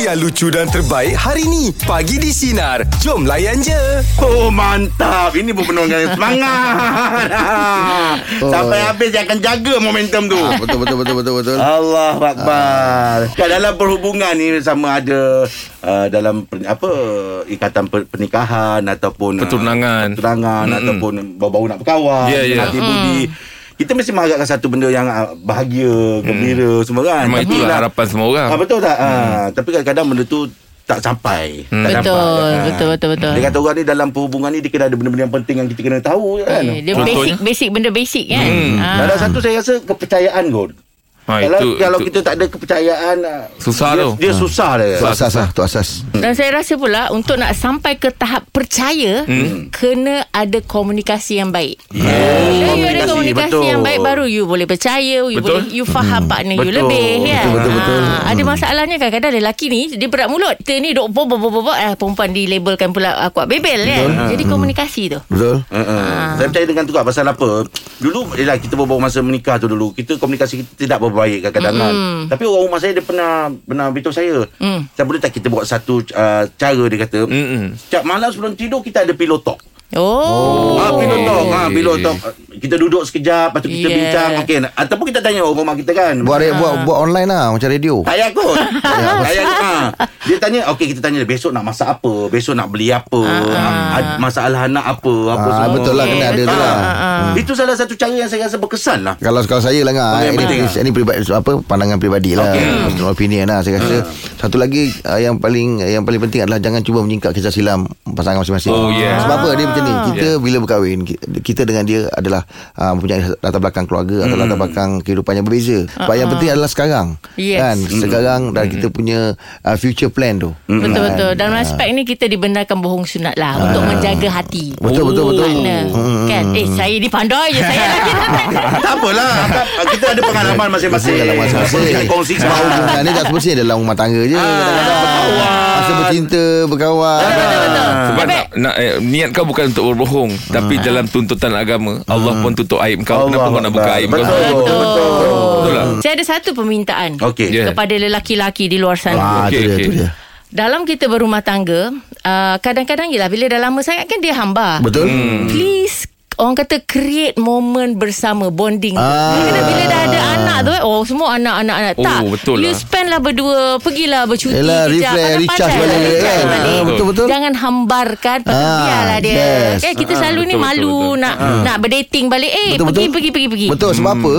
yang lucu dan terbaik hari ni. Pagi di Sinar. Jom layan je. Oh mantap Ini pun penuh dengan semangat Ah. Sampai habis Dia akan jaga momentum tu Ah, Betul betul betul betul betul. Allah Akbar Kat dalam perhubungan ni Sama ada uh, Dalam per, apa Ikatan per, pernikahan Ataupun ah, Pertunangan. Pertunangan mm Ataupun Baru-baru nak berkawan Ya, ya. Hati budi Mm. Kita mesti mengharapkan Satu benda yang ah, Bahagia Gembira Semua kan Mm. Memang Tapi itulah lah- harapan Mm. semua orang. Ah, betul tak? Ah, tapi kadang-kadang benda tu tak sampai. Mm. Hmm. Tak dapat. Betul, Ah. betul, betul, betul. Dia kata orang ni dalam perhubungan ni dia kena ada benda-benda yang penting yang kita kena tahu je kan. Eh, Dia Contohnya? basic basic benda basic kan. Hmm. Dalam satu saya rasa kepercayaan kot. Ha, kalau itu, kalau itu. kita tak ada kepercayaan ah, Susah dia, tu. Ha. Dia susah dia. Tu asas lah, tu asas. Dan saya rasa pula untuk nak sampai ke tahap percaya hmm. kena ada komunikasi yang baik. Ya, Yeah. you ada Hmm. komunikasi, komunikasi betul. Hmm. yang baik baru you boleh percaya, you Betul. boleh you faham partner you Betul, lebih betul, kan. betul, betul. Hmm. Ha, ada masalahnya kadang-kadang lelaki ni dia berat mulut. Dia ni dok bob bob bob eh perempuan dilabelkan pula ah, kuat bebel kan. Jadi Hmm. komunikasi tu. Betul. Ah. Uh-uh. Saya percaya dengan tukar pasal apa Dulu ialah kita berbual masa menikah tu dulu Kita komunikasi kita tidak berapa baik kadang-kadang kan. Tapi orang rumah saya dia pernah Pernah beritahu saya mm. Saya boleh tak kita buat satu uh, cara dia kata Mm-mm. Setiap malam sebelum tidur kita ada pillow talk Oh. Ah, pillow talk ah, pillow talk Kita duduk sekejap Lepas tu kita Yeah. yeah. bincang okay. Ataupun kita tanya orang rumah kita kan Buat Ya, re- buat buat online lah macam radio. Tak payah kot Tak payah ha. Dia tanya Okay kita tanya dia Besok nak masak apa Besok nak beli apa ha, Masalah anak apa Apa Ah, semua betul lah, kena ada tu lah. Ah. Itu salah satu cara Yang saya rasa berkesan lah Kalau kalau saya lah ngah, Okey, ini, penting ini, ini peribadi, apa pandangan peribadi lah, personal opinion lah. Saya rasa satu lagi uh, yang paling yang paling penting adalah jangan cuba menyingkap kisah silam pasangan masing-masing. Oh, yeah. Sebab apa dia macam ni? Kita bila berkahwin ki- kita dengan dia adalah uh, mempunyai latar belakang keluarga atau latar belakang kehidupan yang berbeza. Sebab yang penting adalah sekarang. Yes. Kan? Sekarang dan kita punya uh, future plan tu. Kan? Betul betul. Dalam Hmm. aspek ni kita dibenarkan bohong sunat lah Ah. untuk menjaga hati. Betul, betul, betul. Hmm. Partner. Oh. Kan? Eh saya ni pandai je saya lagi tak pandai. Tak apalah Kita- Kita ada pengalaman masing-masing Dalam masa Ah. Apa yang Kita kongsi Sebab sama hubungan ni tak semestinya dalam rumah tangga je Kadang-kadang Masa bercinta Berkawan Sebab nak, nak eh, niat kau bukan untuk berbohong tapi dalam tuntutan agama Allah pun tutup aib kau. Kenapa kau nak buka aib Betul kau? Betul, betul. Betul lah. Saya ada satu permintaan Okey. Ya. kepada lelaki-lelaki di luar sana. Ah, Okey, tu dia, okey. tu dia. Dalam kita berumah tangga, uh, kadang-kadang ialah bila dah lama sangat kan dia hamba. Betul Hmm. Please Orang kata create moment bersama Bonding ah. Kena bila dah ada anak tu eh, Oh semua anak-anak anak. Oh, Tak betul You lah. spend lah berdua Pergilah bercuti Yelah refresh kejap, pandai-pandai Recharge lah, balik recharge kan balik. Ah, Betul-betul Jangan hambarkan Pasal Ah, biarlah dia yes. Ah, kan, Kita selalu ni betul, malu betul, betul. Nak nak berdating balik Eh Betul, pergi, betul. pergi pergi pergi Betul sebab apa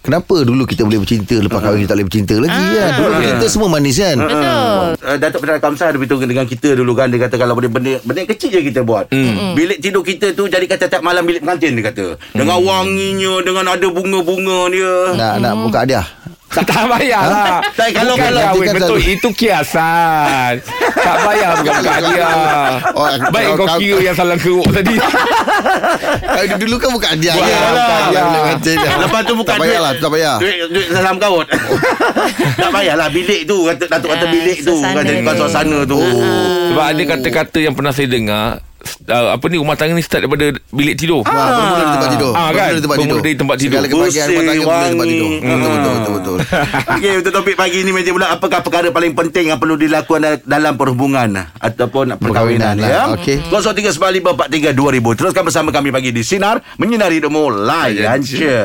Kenapa dulu kita boleh bercinta Lepas kahwin kita tak boleh bercinta lagi Ah. kan Dulu Ah. bercinta semua manis kan Betul Uh, Datuk Perdana Kamsah ada beritahu dengan kita dulu kan Dia kata kalau benda benda, benda yang kecil je kita buat mm. Hmm. Bilik tidur kita tu jadi kata tak malam bilik pengantin dia kata Dengan Hmm. wanginya Dengan ada bunga-bunga dia Nak nak buka hadiah Tak, tak payah lah Tak, kalau- Bukan kalau- kahwin kan Betul tak- itu kiasan Tak payah bukan-bukan dia Oh, Baik kalau- kau kalau- kira yang salah keruk tadi Eh, Dulu kan buka hadiah Buat kan? hadiah. lah. Buka hadiah, Hadiah. bukan hadiah. Lepas tu bukan Tak payah duit- lah Tak payah Oh. Duit, duit salam kawat Tak payahlah bilik tu kata, Datuk kata Ah, bilik tu suasana kan, Jadikan dia. suasana tu Sebab ada kata-kata yang pernah saya dengar uh, Apa ni rumah tangga ni start daripada bilik tidur Ha, bermula dari tempat tidur. Ah, kan? Bermula dari tempat tidur. Bermula dari tempat tidur. Hmm. Segala kebahagiaan rumah tangga bermula dari tempat Bersih, tidur. wangi. Betul betul betul betul. Okey, untuk topik pagi ni meja pula apakah perkara paling penting yang perlu dilakukan dal- dalam perhubungan ah, ataupun perkahwinan Perkahwinan lah, ya. okey. 0395432000. Teruskan bersama kami pagi di sinar menyinari hidupmu layan je.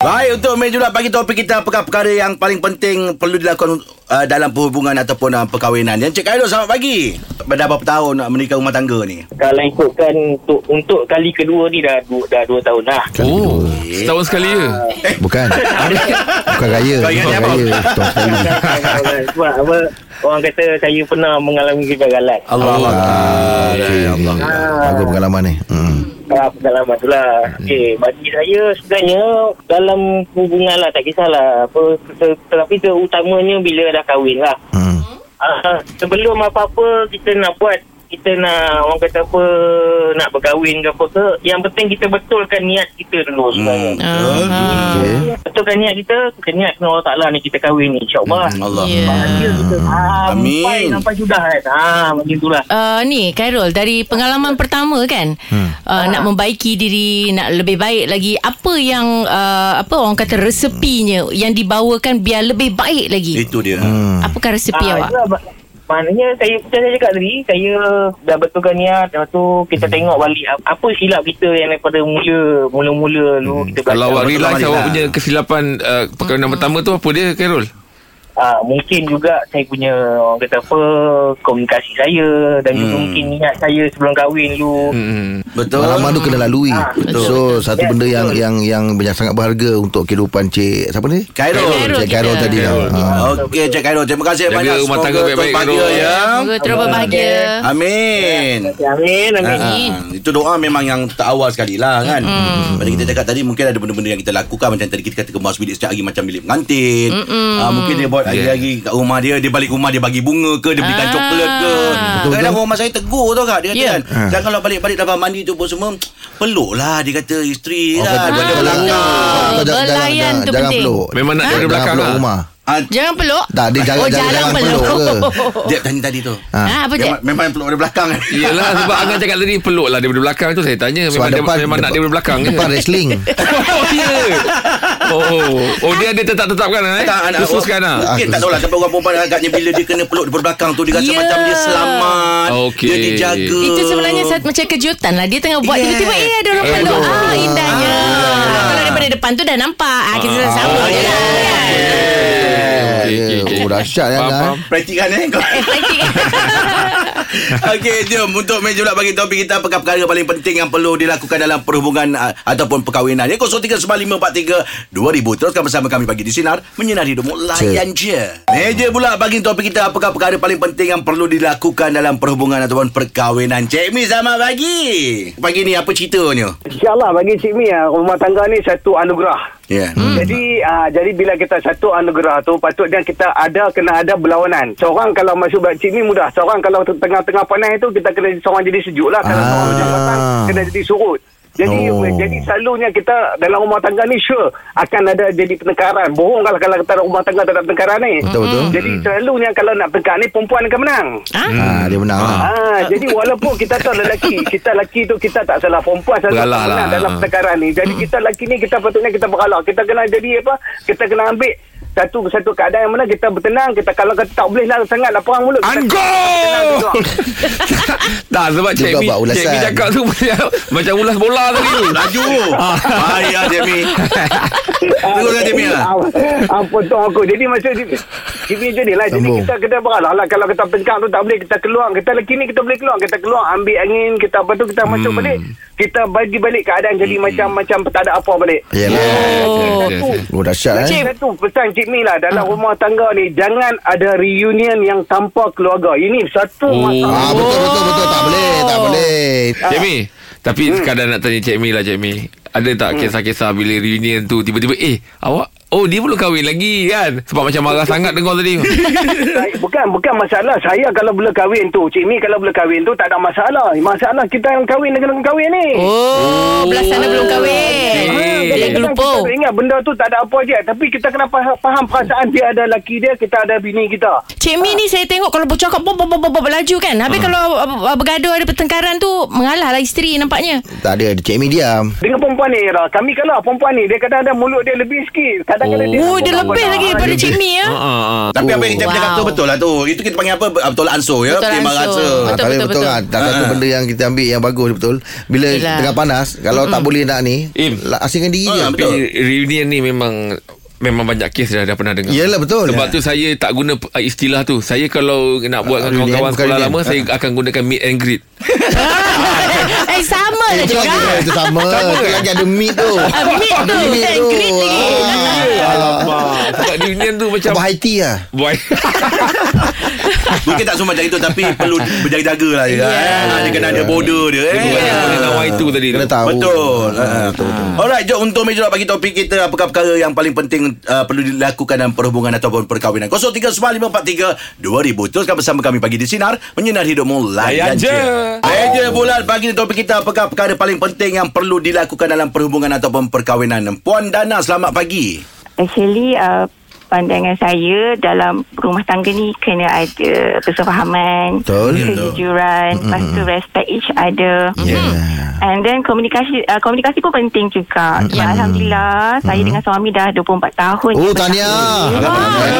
Baik untuk meja pula pagi topik kita apakah perkara yang paling penting perlu dilakukan uh, dalam perhubungan ataupun uh, perkahwinan. Yang Cik Khairul selamat pagi. Dah berapa tahun nak menikah rumah tangga ni? kalau ikutkan kan untuk untuk kali kedua ni dah dua, dah dua tahun lah. dah. Oh Eh. Setahun sekali Ah, ya Kan Bukan. Bukan raya. Kau ingat Bukan apa? raya. Tuan sekali. Sebab apa orang kata saya pernah mengalami kegagalan. Allah Allah. Okey, Ya Allah. Bagus pengalaman ni. Hmm. Ah, pengalaman tu lah. Okey, bagi saya sebenarnya dalam hubungan lah tak kisahlah. Apa, ter- tetapi terutamanya bila dah kahwin lah. Hmm. Ah, sebelum apa-apa kita nak buat kita nak orang kata apa nak berkahwin ke apa ke yang penting kita betulkan niat kita dulu sebenarnya hmm. Okey. betulkan niat kita kita niat dengan Allah Ta'ala lah ni kita kahwin ni insyaAllah hmm. Allah. Ya. kita Ah, sampai Amin. sampai sudah kan ah, macam itulah Uh, ni Khairul dari pengalaman pertama kan hmm. uh, nak membaiki diri nak lebih baik lagi apa yang uh, apa orang kata resepinya yang dibawakan biar lebih baik lagi Eh. Itu dia. Hmm. Hmm. apakah resepi Ah, awak itulah, ba- Maknanya saya macam saya cakap tadi, saya dah betulkan niat. Lepas tu kita hmm. tengok balik ap- apa silap kita yang daripada mula mula-mula dulu hmm. kita Kalau awak betul realise lah, awak Marina. punya kesilapan uh, perkara hmm. pertama tu apa dia Khairul? Ah, mungkin juga saya punya orang kata apa komunikasi saya dan juga mungkin niat saya sebelum kahwin dulu. Hmm. Betul. Pengalaman tu kena lalui Ah, Betul. So satu Ya, benda yang betul. yang yang yang sangat berharga Untuk kehidupan Cik Siapa ni? Khairul. Khairul. Cik Khairul kita. tadi lah. Khairul. Ha. Ah. Okey, Cik Khairul. Terima kasih Jaga banyak. rumah tangga Semoga baik-baik, berbahagia, Khairul. ya. Semoga terus berbahagia. Amin. Ya, Amin, amin. Amin. Ah, itu doa memang yang tak awal sekali lah kan. Mm. Macam kita cakap tadi mungkin ada benda-benda yang kita lakukan macam tadi kita kata kemas bilik setiap hari macam bilik pengantin. Ah, mungkin dia buat hari-hari kat rumah dia, dia balik rumah dia bagi bunga ke, dia belikan Ah. coklat ke. Kadang-kadang rumah saya tegur tau kak. Dia kata Ya. kan, Ah. jangan kalau balik-balik dapat mandi tu pun semua, peluk lah dia kata Oh, isteri Kau kan. kena- Dia kau belakang. jangan- kau jangan- Belayan jangan- tu Jangan penting. peluk Memang nak dari Jangan belakang peluk lah. rumah Ah, Jangan peluk. Tak dia jangan oh, jangan, jangan jangan peluk. peluk ke dia tanya tadi tu. Ha. Ah. Ha, apa je? Memang, memang yang peluk dari belakang. Yelah sebab Angan cakap tadi peluk lah daripada belakang tu saya tanya Sebab memang, depan dia, memang nak daripada belakang Depan ke? wrestling oh, ya. oh, oh dia ada tetap-tetapkan eh? Khususkan lah Ah, Mungkin tak tahulah Sampai orang perempuan agaknya Bila dia kena peluk Dari belakang tu Dia rasa Ya. macam dia selamat Okey. Dia dijaga Itu sebenarnya satu, macam kejutan lah Dia tengah buat Yeah. tiba-tiba Eh ada orang Eh, peluk betul. Ah indahnya Kalau daripada depan tu dah nampak ah, Kita sama je lah kan Okey, okey, okey. Oh dahsyat ya Faham, kan faham. Praktikan eh kau. Eh, praktik. Okey jom Untuk meja pula bagi topik kita Apakah perkara paling penting Yang perlu dilakukan Dalam perhubungan ah, Ataupun perkahwinan Ya 0395432000 Teruskan bersama kami Pagi di Sinar Menyinari hidupmu Layan je Meja pula bagi topik kita Apakah perkara paling penting Yang perlu dilakukan Dalam perhubungan Ataupun perkahwinan Cik Mi selamat pagi Pagi ni apa ceritanya InsyaAllah bagi Cik Mia Rumah tangga ni satu anugerah Ya yeah. Hmm. Jadi uh, jadi bila kita satu anugerah tu patutnya kita ada kena ada berlawanan. Seorang kalau masuk buat cik ni mudah. Seorang kalau t- tengah-tengah panas tu kita kena seorang jadi sejuk lah. Kalau Ah. seorang jadi matang kena jadi surut. Jadi Oh. oh. jadi selalunya kita dalam rumah tangga ni sure akan ada jadi pertengkaran. Bohong kalau kalau kita rumah tangga tak ada pertengkaran ni. Betul, betul. Hmm. Jadi selalunya kalau nak tengkar ni perempuan akan menang. Ah, Dia menang lah Ah, jadi walaupun kita tahu lelaki, kita lelaki tu kita tak salah perempuan salah Beralah lah. dalam pertengkaran ni. Jadi kita lelaki ni kita patutnya kita beralah. Kita kena jadi apa? Kita kena ambil satu satu keadaan yang mana kita bertenang, kita kalau kita tak boleh lah sangat lah perang mulut. Kita- Anggo Tak sebab Cik Juga Mi buat Cik Mi ulasan. cakap tu macam, macam ulas bola tadi Oh, tu Laju Ah. Bahaya Jamie Teruskan Jamie lah Ah, ah, potong aku. Jadi maksud dia, Jimmy jadi lah. Jadi Sambung. kita kena beralah lah. Kalau kita tengkar tu tak boleh kita keluar. Kita lelaki ni kita boleh keluar. Kita keluar ambil angin. Kita apa tu kita masuk balik. Kita bagi balik keadaan jadi macam macam tak ada apa balik. Hmm. Yelah Oh Yes, yes, yes. Oh dahsyat Lagi eh satu pesan Cik Mi lah Ah. dalam rumah tangga ni jangan ada reunion yang tanpa keluarga. Ini satu Oh. masalah. Ah, betul, betul, betul. Oh. Tak boleh, tak boleh. Cik Mi Tapi Hmm. sekadar nak tanya Cik Mi lah Cik Mi Ada tak kisah-kisah bila reunion tu Tiba-tiba eh awak Oh dia belum kahwin lagi kan Sebab macam marah sangat dengar tadi Saya- bukan bukan masalah saya kalau bila kahwin tu. Cik Mi kalau bila kahwin tu tak ada masalah. Masalah kita yang kahwin dengan orang kahwin ni. Ah, Oh Belah sana belum kahwin Ah, Okey. Dia Kadang-kadang lupa Kita ingat benda tu tak ada apa je Tapi kita kena faham, faham perasaan dia ada lelaki dia Kita ada bini kita Cik Mi ni saya tengok Kalau bercakap bob, bob, bob, bob, Berlaju kan Habis kalau uh, bergaduh Ada pertengkaran tu Mengalah lah isteri nampaknya Tak ada, Cik Ah, Mi diam. Dengan perempuan ni Ira Kami kalau perempuan ni Dia kadang-kadang mulut dia lebih sikit Kadang-kadang Oh. dia Oh dia lebih lagi Daripada Cik Mi ya Ah, ah. Tapi apa yang kita Oh, Wow. cakap tu betul lah tu Itu kita panggil apa Bertolak ansur ya Bertolak Pertimbangan ansur. rasa Betul, tapi Betul, betul, betul, betul, betul. kan Tak Ah. satu benda yang kita ambil Yang bagus betul Bila Yelah. tengah panas Kalau tak boleh nak ni Im. la- Asingkan diri je Ah, Tapi betul. reunion ni memang Memang banyak kes dah, dah pernah dengar Yelah, betul. Sebab Ya. tu saya tak guna uh, istilah tu Saya kalau nak buat Ah, dengan reunion, kawan-kawan bukan sekolah reunion. Ah. lama Saya akan gunakan meet and greet Eh sama lah Itu juga lagi Itu sama Itu lagi ada meat tu Ah, meat tu. Meat Meat tu greet lagi. Ah. Alamak Sebab reunion tu macam Sebab Haiti lah Boy Mungkin tak semua macam itu Tapi perlu berjaga-jaga lah ya, eh. Dia kena ada border dia eh. Dengan Y tu tadi tu Kena tahu Betul. Ah, Alright, jom untuk meja bagi topik kita apakah perkara yang paling penting uh, perlu dilakukan dalam perhubungan ataupun perkahwinan. 0395432000. Teruskan bersama kami pagi di sinar menyinar hidupmu layan Layan je. je. Meja bulan pagi ni topik kita apakah perkara paling penting yang perlu dilakukan dalam perhubungan ataupun perkahwinan. Puan Dana, selamat pagi. Actually uh, pandangan saya dalam rumah tangga ni kena ada persefahaman, Ya, Betul. kejujuran, lepas tu respect each other. Yeah. And then komunikasi uh, komunikasi pun penting juga. Mm-hmm. Alhamdulillah, saya dengan suami dah 24 Hmm. tahun. Oh, kita tahniah. bersama.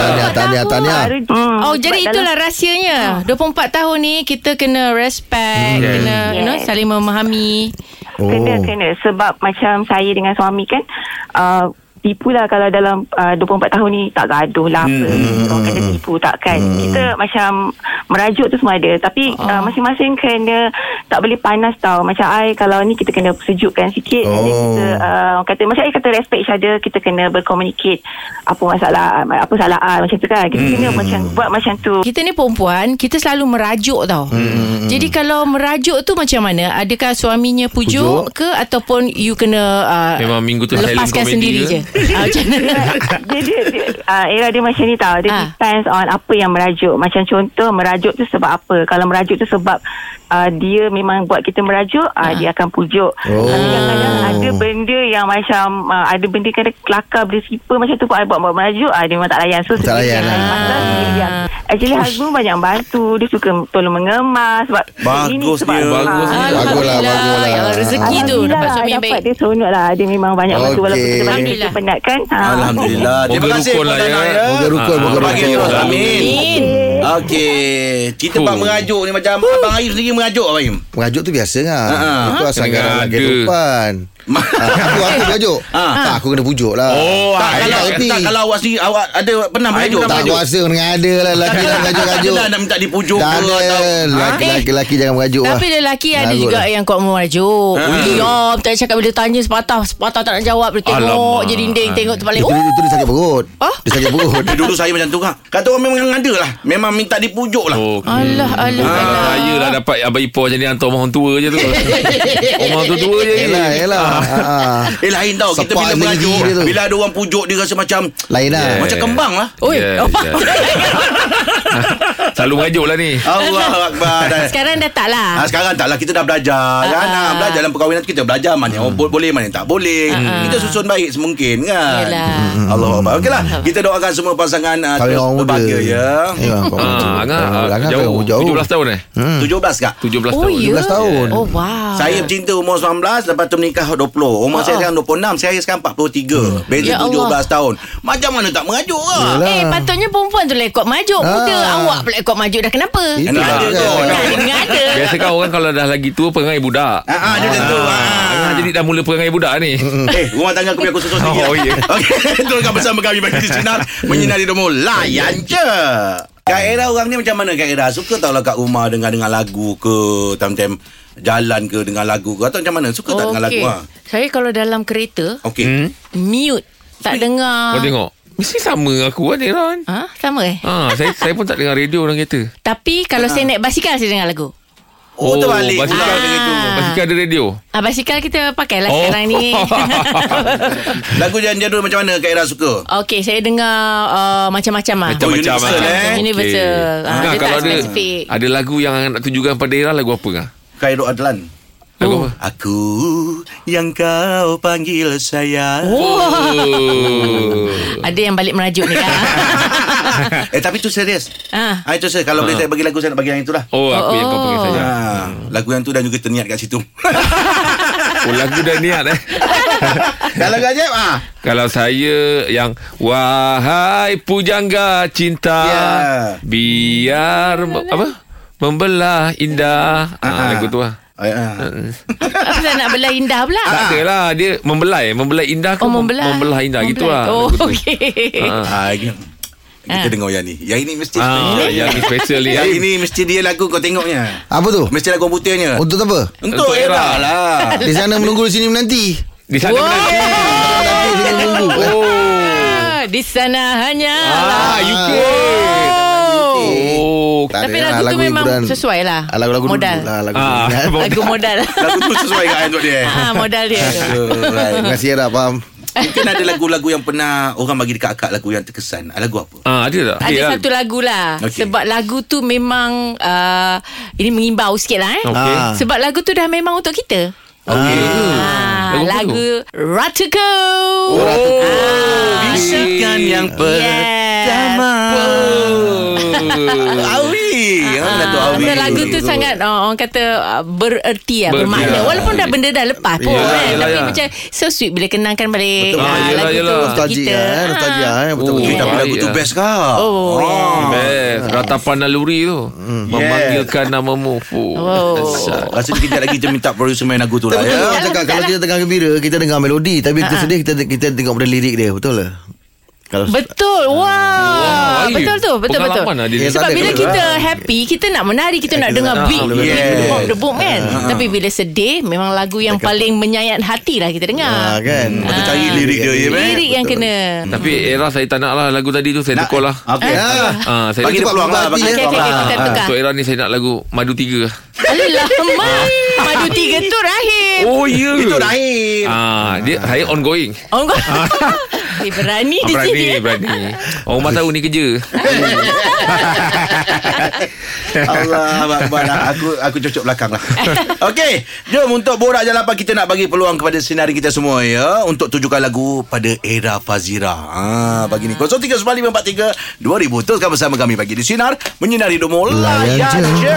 Tahniah, tahniah, tahniah. Baru- Hmm, Oh sebab jadi dalam- Ah. itulah rahsianya 24 tahun ni Kita kena respect Hmm. Yes. Kena you know, Yes. saling memahami Oh. Kena kena sebab macam saya dengan suami kan uh, tipu lah kalau dalam uh, 24 tahun ni tak gaduh lah apa. Hmm. Orang kata tipu takkan. Kita macam merajuk tu semua ada tapi Ah. uh, masing-masing kena tak boleh panas tau. Macam I kalau ni kita kena sejukkan sikit and then Oh. kita uh, orang kata macam I kata respect each other kita kena berkomunikasi apa masalah apa salah I macam tu kan. Kita kena Hmm. macam buat macam tu. Kita ni perempuan Kita selalu merajuk tau hmm. Jadi kalau merajuk tu macam mana Adakah suaminya pujuk, pujuk. ke Ataupun you kena uh, Memang minggu tu silent Lepaskan comedy sendiri je ke? Ah, Macam mana dia, dia, dia uh, era dia macam ni tau dia Ah. depends on apa yang merajuk macam contoh merajuk tu sebab apa kalau merajuk tu sebab uh, dia memang buat kita merajuk Ah. uh, dia akan pujuk Oh. tapi kadang-kadang ada benda yang macam uh, ada benda kena kelakar benda sipa macam tu buat buat, buat merajuk uh, dia memang tak layan so Tak layan lah. pasal dia diam. actually husband banyak bantu dia suka tolong mengemas sebab ini Bagus sebab dia. Ah, lah, Bagus dia. Baguslah, baguslah. Ya Allah, Rezeki tu Alhamdulillah Dapat lah, suami yang baik Dapat dia seronok lah Dia memang banyak Okey. bantu Walaupun kita banyak Alhamdulillah. kerja penat kan Ha. Alhamdulillah. Terima Ah. Moga kasih rukun lah, Puan ya. Ana, ya. Ah, Moga rukun, moga Ah, bagi terus. rukun. Amin. Amin Okey, kita Fuh. bab merajuk ni macam abang Ayub sendiri merajuk abang Ayub. Mengajuk tu biasa kan Ha-ha. Itu asal Kena garang ada. kehidupan Ah, Aku aku mengajuk Tak aku kena pujuk lah Oh, Tak tak, Ha. ah, kalau tak, tak kalau awak sendiri awak ada pernah merajuk tak kuasa dengan ada lah Lelaki jangan mengajuk-ngajuk Tak nak minta dipujuk Tak ke ada atau Ha? Lelaki- Eh. Lelaki-lelaki jangan mengajuk lah Tapi lelaki ada Mengagut juga Oh, lah. yang kuat merajuk. Hmm. Diam, tak cakap bila tanya sepatah, sepatah tak nak jawab, dia tengok Alamak. Hmm. je dinding, tengok Dia terbalik. tu, Oh, dia tu dia sakit perut Ah? Dia sakit perut Eh, dulu saya macam tu kan. Kata orang memang ada lah. Memang minta dipujuk lah. Oh, alah, alah, Ah, alah. saya lah dapat abang ipar macam ni hantar orang tua je tu. orang tua-tua je. Yelah yelah Ah. Ah, Ha-ha. Eh lain tau Kita Sepak bila dia merajuk gigi dia tu. Bila ada orang pujuk Dia rasa macam Lain lah Macam kembang lah Oi, Yeah, apa? Oh, Selalu mengajuk lah ni. Allah Akbar Eh. Sekarang dah tak Ha, Ah, lah. sekarang tak lah Kita dah belajar kan? Ha, Ah. belajar dalam perkahwinan kita Belajar mana yang Hmm. bo- boleh Mana yang tak boleh Kita susun baik semungkin kan ah. Yelah. Hmm. Allah Akbar Okey lah Kita doakan semua pasangan uh, Kahwin Hmm. orang muda Berbahagia ya Ya kau Ah, Angah, ah, jauh, Jauh 17 tahun eh? Hmm. 17 kak 17 Oh, tahun. ya. 17 tahun. Oh, wow. Saya bercinta umur 19 Lepas tu menikah 20 Umur saya sekarang 26 Saya sekarang Hmm. 43 Beza 17 Oh, Ya Allah. tahun Macam mana tak merajuk lah Eh, patutnya perempulan tu lah ikut majuk. Muda Ah. awak pula ikut majuk dah kenapa? Itu Kena lah ada kan. tu. Kan, ada. Biasa kan orang kalau dah lagi tua perangai budak. Ha, ha, dia macam tu. Ah. Ha. Angah jadi dah mula perangai budak ni. Eh, rumah tangga aku biar aku susun sendiri. Oh, lah. ya. Okey, teruskan bersama kami bagi di sinar menyinari demo layan je. Kak Era orang ni macam mana Kak Era? Suka tak lah kat rumah dengan dengan lagu ke time-time jalan ke dengan lagu ke atau macam mana? Suka tak dengan lagu Okey. ha? ah? Saya kalau dalam kereta, Okey. Hmm? mute. Tak dengar. Kau tengok. Mesti sama aku kan, Iran. Ha? Sama eh? Ha, saya saya pun tak dengar radio dalam kereta. Tapi kalau Ha. saya naik basikal, saya dengar lagu. Oh, terbalik. Ah. Basikal ada radio. Basikal ada radio. Ah, basikal kita pakai lah Oh. sekarang ni. Lagu yang jadul macam mana Kak Era suka? Okey, saya dengar uh, macam-macam lah. Oh, Macam-macam universal, eh? Universal. Ah, Angah, dia tak kalau ada spesifik. ada lagu yang Angah nak tujukan pada Ira lagu apa kan? Khairul Adlan. Lagu Oh. apa? Aku yang kau panggil sayang. Oh. Ada yang balik merajuk ni kan. eh tapi tu serius. Ah. Ah itu saya kalau Ha. boleh saya bagi lagu saya nak bagi yang itulah. Oh, aku yang kau panggil Oh. saja. Ha, lagu yang tu dan juga terniat kat situ. Oh, lagu dah niat eh. Kalau gajab ah. Kalau saya yang Wahai pujangga cinta Ya. Biar me- Apa? Membelah indah ah, Ah, Lagu tu lah Ah, ah. Apa saya nak belah indah pula? Tak ada lah Dia membelai Membelai indah ke Ah. Oh, mem- membelah. Membelah indah Gitu Membelah. lah Oh, lagu tu. okey. Ah. Ah, kita Ah. dengar yang ni. Yang ini mesti Ah, special. yang ni special ni. eh. Yang ini mesti dia lagu kau tengoknya. Apa tu? Mesti lagu komputernya. Untuk apa? Untuk Untuk era era. lah. Di sana menunggu di sini menanti Di sana Oh. menanti. Menanti di sini menunggu Ah, Di sana hanya Ha. lah. Ah, UK. Oh. Tak Tapi ada lagu lah, tu memang hiburan. sesuai lah. Ah, Lagu-lagu dulu Modal. lah, Lagu Ah, dulu modal. Lagu modal. Lagu tu sesuai kan untuk dia. Ah, modal dia tu. Alright, Terima kasih Era Faham Mungkin ada lagu-lagu yang pernah orang bagi dekat akak lagu yang terkesan. Ah, Lagu apa? Ah, ada tak? Ada Ada satu lagu lah Okey. okay. Sebab lagu tu memang uh, Ini mengimbau sikit lah eh Okey. Ah. Sebab lagu tu dah memang untuk kita Okey. ah, Lagu apa Lagu Ratuko Oh, Ah, Bisikan yang Yes Awi. Orang kata Ah, awi. so lagu tu sangat ah, orang kata ah, bererti lah, Bererti bermakna. lah. Walaupun dah benda dah lepas pun Yelah, kan. yelah, Tapi yelah. macam so sweet bila kenangkan balik Betul. ah, Ah, yelah, lagu yelah. tu untuk Nostalgia kita. ah. eh Nostalgia ya, eh Betul-betul Eh, Oh. tapi lagu tu Ya. best kah? Oh, yeah. Ah. Best Ratapan naluri tu Hmm. Memanggilkan namamu oh. Oh. Rasa ni kejap lagi kita minta producer main lagu tu lah Tapi betul ya. orang cakap Kalau kita tengah gembira Kita dengar melodi Tapi kita sedih Kita kita tengok pada lirik dia Betul lah Kalau Betul. Wah. Wah, Wow. Ah, Betul Ayu. tu. Betul betul. Pengalaman lah dia. Eh, Sebab tak ada bila betul kita lah. happy, kita nak menari, kita nak dengar nak- beat, ah, beat, yes. Ah, beat, boom, the boom kan. Tapi bila sedih, memang lagu yang paling menyayat hati lah kita Ah, dengar. kan Kita cari lirik dia ya, man. Lirik yang kena. Ah, Tapi era saya tak nak lah Lagu tadi tu saya tukar lah Okey. Ah. Ah, saya eh. Bagi dia cepat peluang lah. berbagi, Bagi dia eh. Okey, peluang okey, lah. kita tukar. So era ni saya nak lagu Madu 3 Alah, lama. Madu tiga tu rahim. Oh ya Itu Rahim. Ah, dia saya ongoing. Oh, kau. Dia "Eh, berani Ah, dia berani, jadi. berani. Orang rumah tahu ni kerja. Allah Akbar Nah, Aku aku cocok belakang lah Okey Jom untuk borak jalapan Kita nak bagi peluang kepada sinari kita semua ya Untuk tujukan lagu pada era Fazira ha, Pagi ni 0395432000 Teruskan bersama kami pagi di Sinar Menyinari Domo Layan Layan je. je